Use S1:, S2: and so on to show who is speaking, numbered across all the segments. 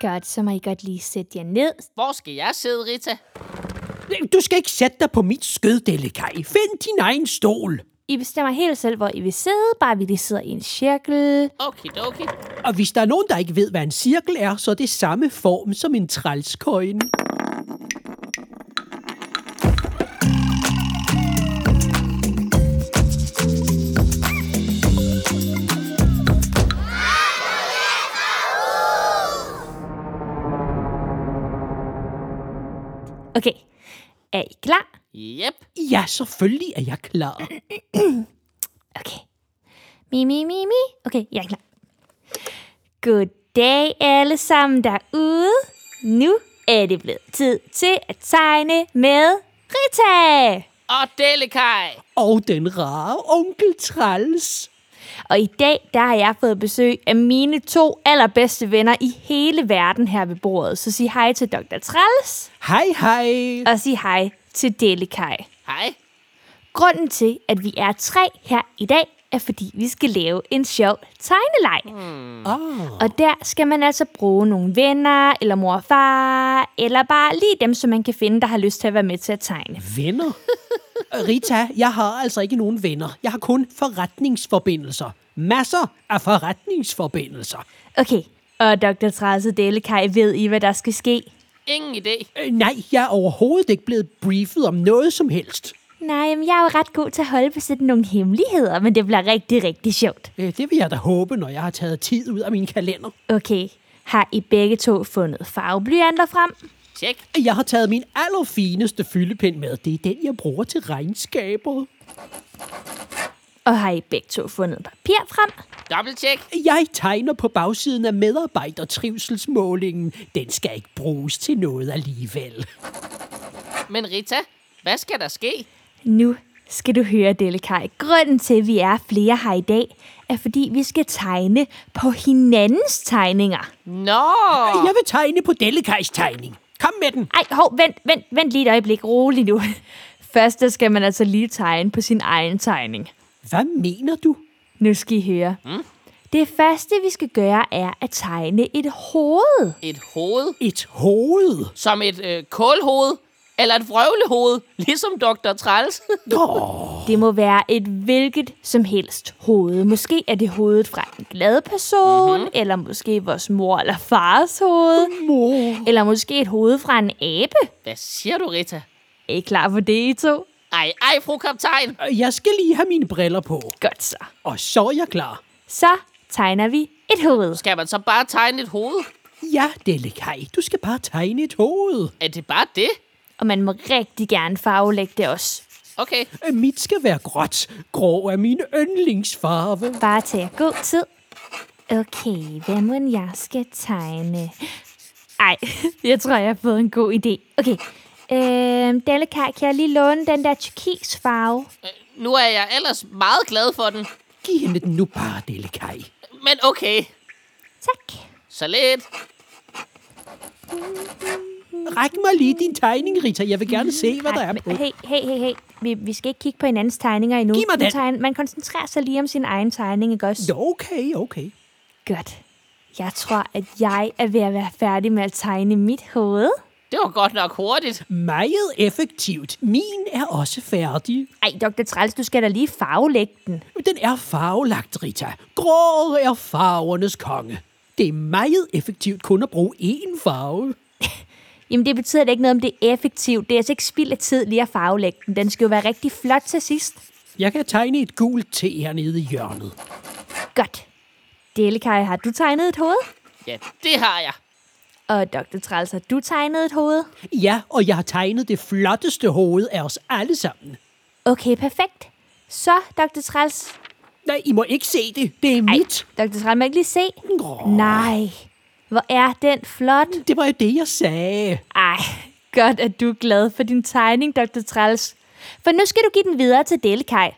S1: Godt, så må I godt lige sætte jer ned.
S2: Hvor skal jeg sidde, Rita?
S3: Du skal ikke sætte dig på mit skød, Dellekaj. Find din egen stol.
S1: I bestemmer helt selv, hvor I vil sidde, bare vi lige sidder i en cirkel.
S2: Okay, okay.
S3: Og hvis der er nogen, der ikke ved, hvad en cirkel er, så er det samme form som en trælskøjne.
S1: Okay, er I klar?
S2: Yep.
S3: Ja, selvfølgelig er jeg klar.
S1: Okay. Mi, mi, mi, mi. Okay, jeg er klar. Goddag alle sammen derude. Nu er det blevet tid til at tegne med Rita.
S2: Og Delekaj.
S3: Og den rare onkel Træls.
S1: Og i dag, der har jeg fået besøg af mine to allerbedste venner i hele verden her ved bordet. Så sig hej til Dr. Træls,
S3: Hej, hej.
S1: og sig hej til Delikaj.
S2: Hej.
S1: Grunden til, at vi er tre her i dag, er fordi vi skal lave en sjov tegneleg.
S3: Ah.
S1: Og der skal man altså bruge nogle venner, eller mor og far, eller bare lige dem, som man kan finde, der har lyst til at være med til at tegne.
S3: Venner? Rita, jeg har altså ikke nogen venner. Jeg har kun forretningsforbindelser. Masser af forretningsforbindelser.
S1: Okay, og Dr. Trasse Delekaj ved I, hvad der skal ske?
S2: Ingen idé.
S3: Øh, nej, jeg er overhovedet ikke blevet briefet om noget som helst.
S1: Nej, men jeg er jo ret god til at holde på sådan nogle hemmeligheder, men det bliver rigtig, rigtig sjovt.
S3: Øh, det vil jeg da håbe, når jeg har taget tid ud af min kalender.
S1: Okay, har I begge to fundet farveblyanter frem?
S2: Tjek.
S3: Jeg har taget min allerfineste fyldepind med. Det er den, jeg bruger til regnskaber.
S1: Og har I begge to fundet papir frem?
S2: Dobbelt tjek.
S3: Jeg tegner på bagsiden af medarbejdertrivselsmålingen. Den skal ikke bruges til noget alligevel.
S2: Men Rita, hvad skal der ske?
S1: Nu skal du høre, Delekaj. Grunden til, at vi er flere her i dag, er fordi vi skal tegne på hinandens tegninger.
S2: Nå.
S3: Jeg vil tegne på Dellekajs tegning. Kom med den.
S1: Ej, hov, vent, vent, vent lige et øjeblik. Rolig nu. Først der skal man altså lige tegne på sin egen tegning.
S3: Hvad mener du?
S1: Nu skal I høre. Mm? Det første, vi skal gøre, er at tegne et hoved.
S2: Et hoved.
S3: Et hoved.
S2: Som et øh, kålhoved. Eller et vrøvlehoved. Ligesom Dr. Træls.
S1: Det må være et hvilket som helst hoved. Måske er det hovedet fra en glad person, mm-hmm. eller måske vores mor eller fars hoved.
S3: Mor.
S1: Eller måske et hoved fra en abe.
S2: hvad siger du, Rita?
S1: Er I klar på det, I to?
S2: Ej, ej, fru kaptajn.
S3: Jeg skal lige have mine briller på.
S1: Godt så.
S3: Og så er jeg klar.
S1: Så tegner vi et hoved.
S2: Skal man så bare tegne et hoved?
S3: Ja, Dellekaj, du skal bare tegne et hoved.
S2: Er det bare det?
S1: Og man må rigtig gerne farvelægge det også.
S2: Okay.
S3: Øh, Mit skal være gråt. Grå er min yndlingsfarve.
S1: Bare tag jer god tid. Okay, hvad må jeg skal tegne? Ej, jeg tror, jeg har fået en god idé. Okay, øhm, Dellekaj, kan jeg lige låne den der turkisfarve?
S2: Øh, Nu er jeg ellers meget glad for den.
S3: Giv hende den nu bare, Dellekaj.
S2: Men okay.
S1: Tak.
S2: Så lidt.
S3: Ræk mig lige din tegning, Rita. Jeg vil gerne se, hvad der er
S1: men-
S3: på.
S1: Hey, hey, hey, hey. Vi, vi skal ikke kigge på hinandens tegninger endnu.
S3: Giv mig
S1: Nu
S3: den.
S1: tegn- man koncentrerer sig lige om sin egen tegning, ikke også?
S3: Nå, Okay, okay.
S1: Godt. Jeg tror, at jeg er ved at være færdig med at tegne mit hoved.
S2: Det var godt nok hurtigt.
S3: Meget effektivt. Min er også færdig.
S1: Ej, Dr. Træls, du skal da lige farvelægge den.
S3: Den er farvelagt, Rita. Grå er farvernes konge. Det er meget effektivt kun at bruge én farve.
S1: Jamen, det betyder da ikke noget, om det er effektivt. Det er altså ikke spild af tid lige at farvelægge den. Den skal jo være rigtig flot til sidst.
S3: Jeg kan tegne et gult te hernede i hjørnet.
S1: Godt. Delekaj, har du tegnet et hoved?
S2: Ja, det har jeg.
S1: Og Dr. Træls, har du tegnet et hoved?
S3: Ja, og jeg har tegnet det flotteste hoved af os alle sammen.
S1: Okay, perfekt. Så, Dr. Træls.
S3: Nej, I må ikke se det. Det er mit.
S1: Dr. Træls, må jeg ikke lige se?
S3: Grå.
S1: Nej, hvor er den flot.
S3: Det var jo det, jeg sagde.
S1: Ej, godt at du er glad for din tegning, Dr. Træls. For nu skal du give den videre til Delekaj.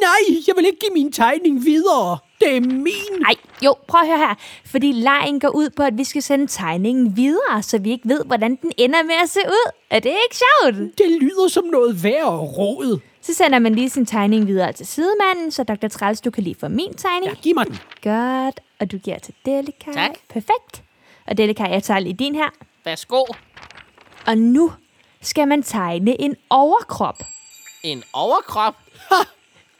S3: Nej, jeg vil ikke give min tegning videre. Det er min.
S1: Nej, jo, prøv at høre her. Fordi lejen går ud på, at vi skal sende tegningen videre, så vi ikke ved, hvordan den ender med at se ud. Er det ikke sjovt?
S3: Det lyder som noget værre råd.
S1: Så sender man lige sin tegning videre til sidemanden, så Dr. Træls, du kan lige få min tegning.
S3: Ja, giv mig den.
S1: Godt, og du giver til Delika.
S2: Tak.
S1: Perfekt. Og Dalle Kaj, jeg tager lige din her.
S2: Værsgo.
S1: Og nu skal man tegne en overkrop.
S2: En overkrop.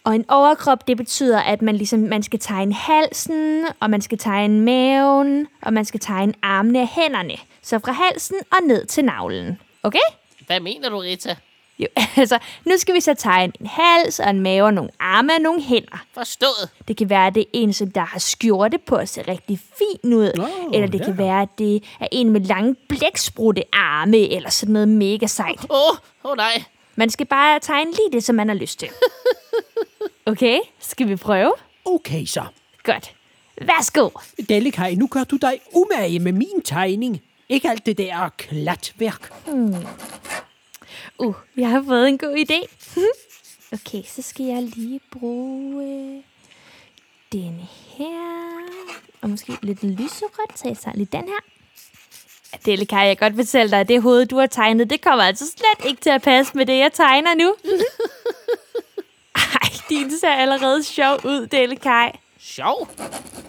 S1: Og en overkrop, det betyder, at man, ligesom, man skal tegne halsen, og man skal tegne maven, og man skal tegne armene og hænderne. Så fra halsen og ned til navlen. Okay?
S2: Hvad mener du, Rita?
S1: Jo, altså, nu skal vi så tegne en hals og en mave og nogle arme og nogle hænder.
S2: Forstået.
S1: Det kan være, at det er en, som der har skjorte på og ser rigtig fin ud.
S3: Nå,
S1: eller det
S3: ja.
S1: kan være, at det er en med lange blæksprutte arme eller sådan noget mega sejt.
S2: Åh, oh, åh oh nej.
S1: Man skal bare tegne lige det, som man har lyst til. Okay, skal vi prøve?
S3: Okay så.
S1: Godt. Værsgo.
S3: Dellekaj, nu gør du dig umage med min tegning. Ikke alt det der klatværk.
S1: Uh, jeg har fået en god idé. okay, så skal jeg lige bruge den her. Og måske lidt lyserødt, så jeg tager lige den her. Adele, kan jeg godt fortælle dig, at det hoved, du har tegnet, det kommer altså slet ikke til at passe med det, jeg tegner nu. Ej, din ser allerede sjov ud, Dele Kai.
S2: Sjov.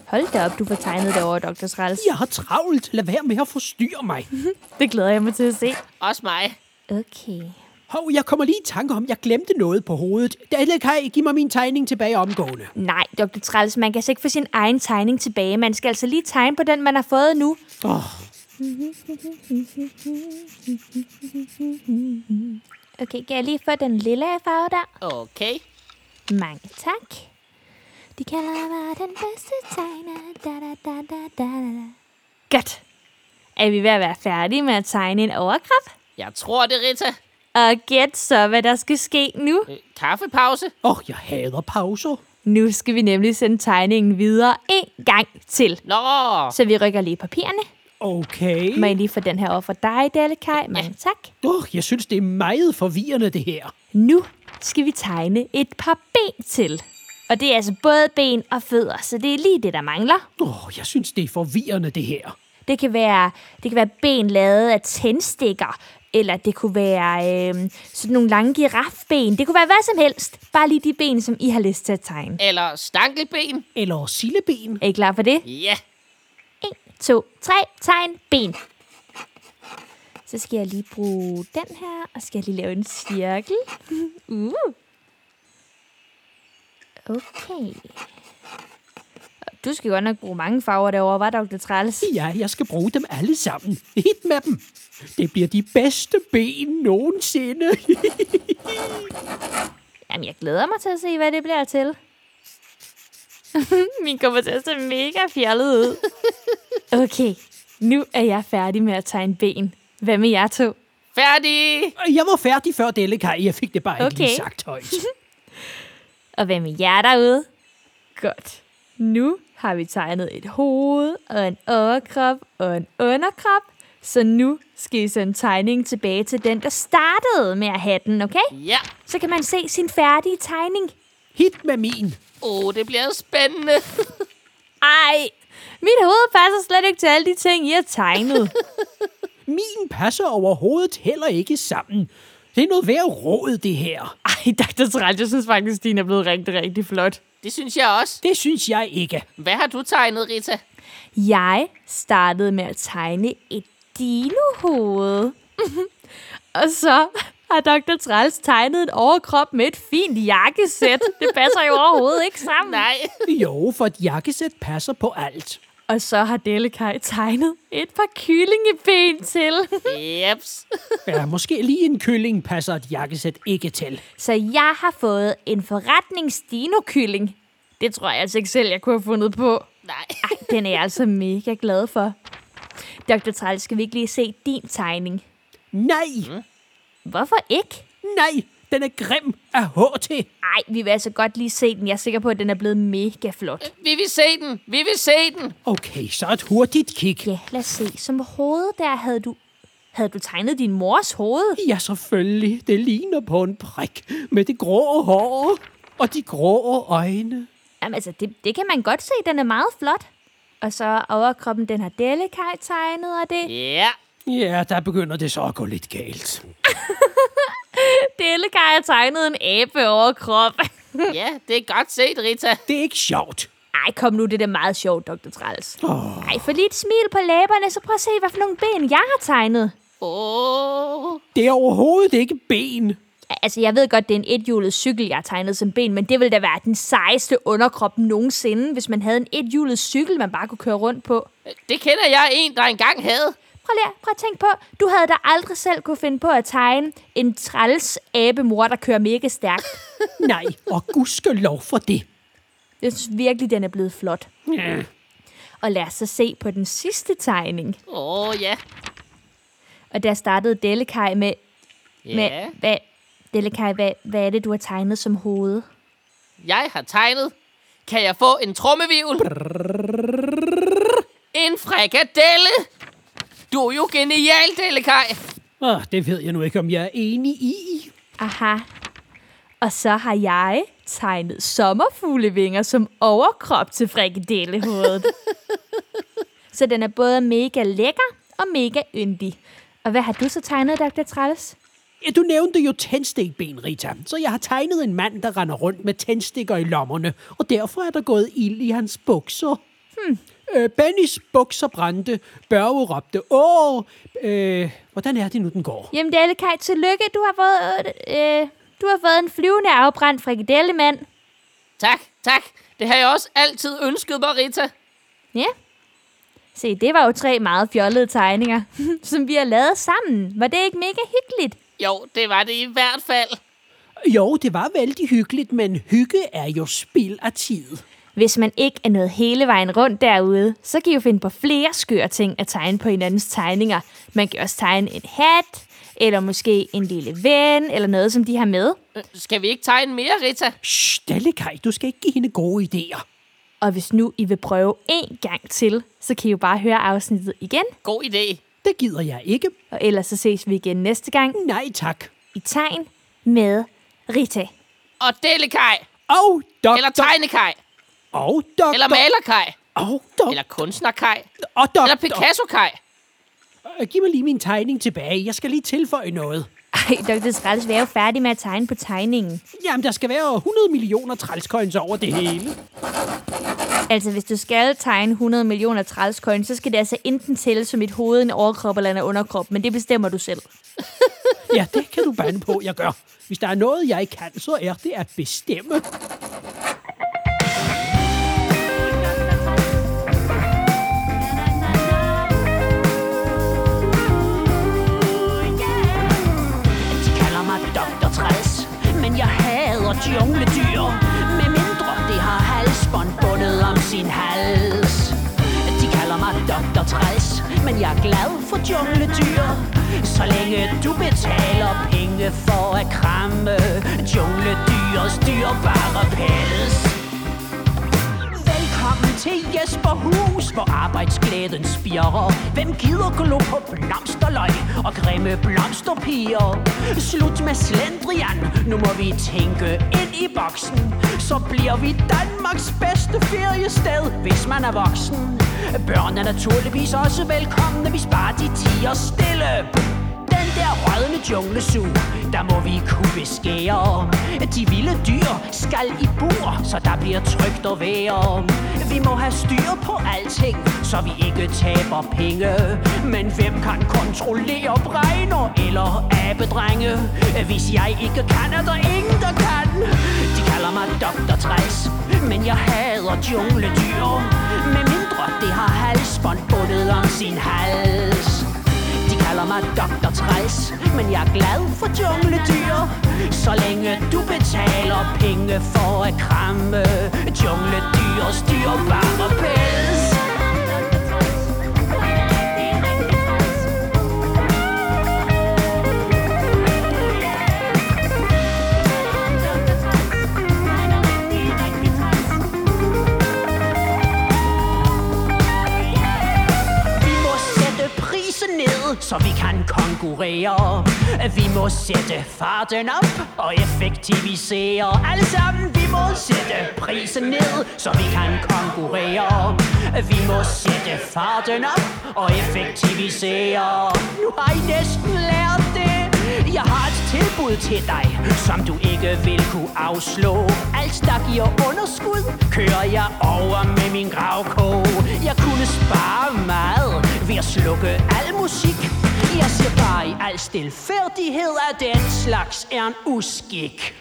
S1: Hold da op, du får tegnet det over, Dr. Srals.
S3: Jeg har travlt. Lad være med at forstyrre mig.
S1: Det glæder jeg mig til at se.
S2: Også mig.
S1: Okay.
S3: Hov, jeg kommer lige i tanke om, jeg glemte noget på hovedet. Dellekaj, giv mig min tegning tilbage omgående.
S1: Nej, Dr. Træls, man kan altså ikke få sin egen tegning tilbage. Man skal altså lige tegne på den, man har fået nu.
S3: Oh,
S1: Okay, kan jeg lige få den lille farve der?
S2: Okay.
S1: Mange tak. De kalder mig den bedste tegner. Da, da, da, da, da, da. Godt. Er vi ved at være færdige med at tegne en overkrop?
S2: Jeg tror det, Rita.
S1: Og gæt så, hvad der skal ske nu.
S2: Øh, kaffepause.
S3: oh, jeg hader pauser.
S1: Nu skal vi nemlig sende tegningen videre en gang til.
S2: Nå.
S1: Så vi rykker lige papirerne.
S3: Okay.
S1: Må jeg lige få den her over for dig, Dallekaj? Mange tak.
S3: Oh, jeg synes, det er meget forvirrende, det her.
S1: Nu skal vi tegne et par ben til. Og det er altså både ben og fødder, så det er lige det, der mangler.
S3: Oh, jeg synes, det er forvirrende, det her.
S1: Det kan være, det kan være ben lavet af tændstikker, eller det kunne være øh, sådan nogle lange girafben. Det kunne være hvad som helst. Bare lige de ben, som I har lyst til at tegne.
S2: Eller stankelben.
S3: Eller silleben.
S1: Er I klar for det?
S2: Ja.
S1: 1, 2, 3, tegn, ben. Så skal jeg lige bruge den her, og skal jeg lige lave en cirkel. Uh. Okay. Du skal godt nok bruge mange farver derovre, var Dr. Træls?
S3: Ja, jeg skal bruge dem alle sammen. Hit med dem. Det bliver de bedste ben nogensinde.
S1: Jamen, jeg glæder mig til at se, hvad det bliver til. Min kommer til at se mega fjollet ud. Okay, nu er jeg færdig med at tegne ben. Hvad med jer to?
S2: Færdig.
S3: jeg var færdig før Dellekaj. Jeg fik det bare ikke lige
S1: Okay.
S3: sagt højt.
S1: Og hvad med jer derude? Godt. Nu har vi tegnet et hoved og en overkrop og en underkrop. Så nu skal I sende tegningen tilbage til den, der startede med at have den, okay?
S2: Ja.
S1: Så kan man se sin færdige tegning.
S3: Hit med min.
S2: Åh, oh, det bliver spændende.
S1: Ej, mit hoved passer slet ikke til alle de ting, I har tegnet.
S3: Min passer overhovedet heller ikke sammen. Det er noget værd råd, det her.
S1: Ej, Dr. Træl, jeg synes faktisk, din er blevet rigtig, rigtig flot.
S2: Det synes jeg også.
S3: Det synes jeg ikke.
S2: Hvad har du tegnet, Rita?
S1: Jeg startede med at tegne et dinohoved. og så har Dr. Træls tegnet en overkrop med et fint jakkesæt. Det passer jo overhovedet ikke sammen.
S2: Nej.
S3: Jo, for et jakkesæt passer på alt.
S1: Og så har Dellekaj tegnet et par kyllingeben til.
S2: Jeps.
S3: Ja, måske lige en kylling passer et jakkesæt ikke til.
S1: så jeg har fået en forretningsdinokylling. Det tror jeg altså ikke selv, jeg kunne have fundet på.
S2: Nej.
S1: Ej, den er jeg altså mega glad for. Dr. Træl, skal vi ikke lige se din tegning?
S3: Nej,
S1: Hvorfor ikke?
S3: nej, den er grim af HT.
S1: Ej, vi vil altså godt lige se den. Jeg er sikker på, at den er blevet mega flot.
S2: Vi vil se den. Vi vil se den.
S3: Okay, så et hurtigt kig.
S1: Ja, lad os se. Som hoved der havde du... Havde du tegnet din mors hoved?
S3: Ja, selvfølgelig. Det ligner på en prik med det grå hår og de grå øjne.
S1: Jamen altså, det, det kan man godt se. Den er meget flot. Og så overkroppen, den har Dellekaj tegnet, og det...
S2: Ja.
S3: Ja, der begynder det så at gå lidt galt.
S1: Dellekaj har tegnet en abe overkrop.
S2: Ja, det er godt set, Rita.
S3: Det er ikke sjovt.
S1: Ej, kom nu, det er da meget sjovt, Dr. Trals. Oh. Ej, for lige et smil på læberne, så prøv at se, hvad for nogle ben jeg har tegnet.
S2: Åh,
S3: Det er overhovedet ikke ben.
S1: Altså, jeg ved godt, det er en ethjulet cykel, jeg har tegnet som ben, men det ville da være den sejeste underkrop nogensinde, hvis man havde en ethjulet cykel, man bare kunne køre rundt på.
S2: det kender jeg en, der engang havde.
S1: Prøv lige, at- prøv at tænke på, du havde da aldrig selv kunne finde på at tegne en træls abemor, der kører mega stærkt.
S3: Nej, og gudskelov for det.
S1: Jeg synes virkelig, den er blevet flot.
S3: Ja.
S1: Og lad os så se på den sidste tegning.
S2: Åh, ja.
S1: Og der startede Dellekaj med...
S2: Ja.
S1: med hvad, Dellekaj, hvad, hvad er det, du har tegnet som hoved?
S2: Jeg har tegnet. Kan jeg få en trommevivl? En frikadelle? Du er jo genial, Delekaj.
S3: Ah, det ved jeg nu ikke, om jeg er enig i.
S1: Aha. Og så har jeg tegnet sommerfuglevinger som overkrop til frikadellehovedet. så den er både mega lækker og mega yndig. Og hvad har du så tegnet, Dr. Trælles?
S3: Ja, du nævnte jo tændstikben, Rita. Så jeg har tegnet en mand, der render rundt med tændstikker i lommerne, og derfor er der gået ild i hans bukser. Hmm. Øh, Bennys bukser brændte. Børge råbte, åh, øh, hvordan er det nu, den går?
S1: Jamen, Dallekaj, tillykke. Du har fået, øh, du har fået en flyvende afbrændt frikadellemand.
S2: Tak, tak. Det har jeg også altid ønsket mig, Rita.
S1: Ja. Se, det var jo tre meget fjollede tegninger, som vi har lavet sammen. Var det ikke mega hyggeligt?
S2: Jo, det var det i hvert fald.
S3: Jo, det var vældig hyggeligt, men hygge er jo spild af tid.
S1: Hvis man ikke er nået hele vejen rundt derude, så kan I jo finde på flere skøre ting at tegne på hinandens tegninger. Man kan også tegne en hat, eller måske en lille ven, eller noget, som de har med.
S2: Øh, Skal vi ikke tegne mere, Rita?
S3: Shh, Dallekaj, du skal ikke give hende gode idéer.
S1: Og hvis nu I vil prøve en gang til, så kan I jo bare høre afsnittet igen.
S2: God idé.
S3: Det gider jeg ikke.
S1: Og ellers så ses vi igen næste gang
S3: Nej tak.
S1: i tegn med Rita.
S2: Og Delekaj.
S3: Og dok-
S2: Eller tegnekaj.
S3: og dok-
S2: Eller malerkaj.
S3: og dok-
S2: Eller kunstnerkaj.
S3: og dok-
S2: Eller Picasso-kaj.
S3: Øh, Giv mig lige min tegning tilbage. Jeg skal lige tilføje noget.
S1: Ej, Dr. Trælles, vi er jo færdige med at tegne på tegningen.
S3: Jamen, der skal være 100 millioner trælscoins over det hele.
S1: Altså, hvis du skal tegne 100 millioner trælscoins, så skal det altså enten tælle som et hoved, en overkrop eller en underkrop, men det bestemmer du selv.
S3: Ja, det kan du bande på, jeg gør. Hvis der er noget, jeg ikke kan, så er det at bestemme.
S4: De kalder mig Dr. Træls, men jeg hader jungledyr. Med mindre det har halsbånd bundet om sin hals. De kalder mig Dr. Træls, men jeg er glad for jungledyr. Så længe du betaler penge for at kramme jungledyrets dyrbare pels. Velkommen til Jesper Hus, hvor arbejdsglæden spirer. Hvem gider glo på blomsterløg og grimme blomsterpiger? Slut med slendrian, nu må vi tænke ind i boksen. Så bliver vi Danmarks bedste feriested, hvis man er voksen. Børn er naturligvis også velkomne, hvis bare de tiger stille. Den der rødne junglesu, der må vi kunne beskære. De vilde dyr skal i bur, så der bliver trygt at være. Vi må have styr på alting, så vi ikke taber penge. Men hvem kan kontrollere bregner eller abedrenge? Hvis jeg ikke kan, er der ingen, der kan. De kalder mig Dr. Træs, men jeg hader jungledyr. Med mindre det har halsbånd bundet om sin hals. De kalder mig Dr. Træls, men jeg er glad for jungledyr. Så længe du betaler penge for at kramme jungledyrs dyrbare pels. Vi må sætte prisen ned, så vi kan konkurrere. Vi må sætte farten op og effektivisere. Alle sammen, vi må sætte prisen ned, så vi kan konkurrere. Vi må sætte farten op og effektivisere. Nu har I næsten lært det.
S3: Jeg har et tilbud til dig, som du ikke vil kunne afslå. Alt, der giver underskud, kører jeg over med min gravkog. Jeg kunne spare meget ved at slukke al musik. Jeg siger bare i al stilfærdighed, at den slags er en uskik.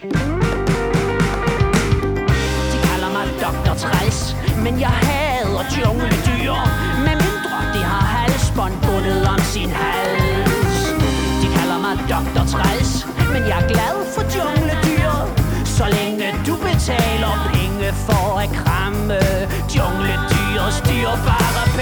S3: De kalder mig Dr. Træls, men jeg hader jungledyr. Med mindre de har halsbånd bundet om sin hals. De kalder mig Dr. Træls, men jeg er glad for jungledyr. Så længe du betaler penge for at kramme jungledyrets dyrbare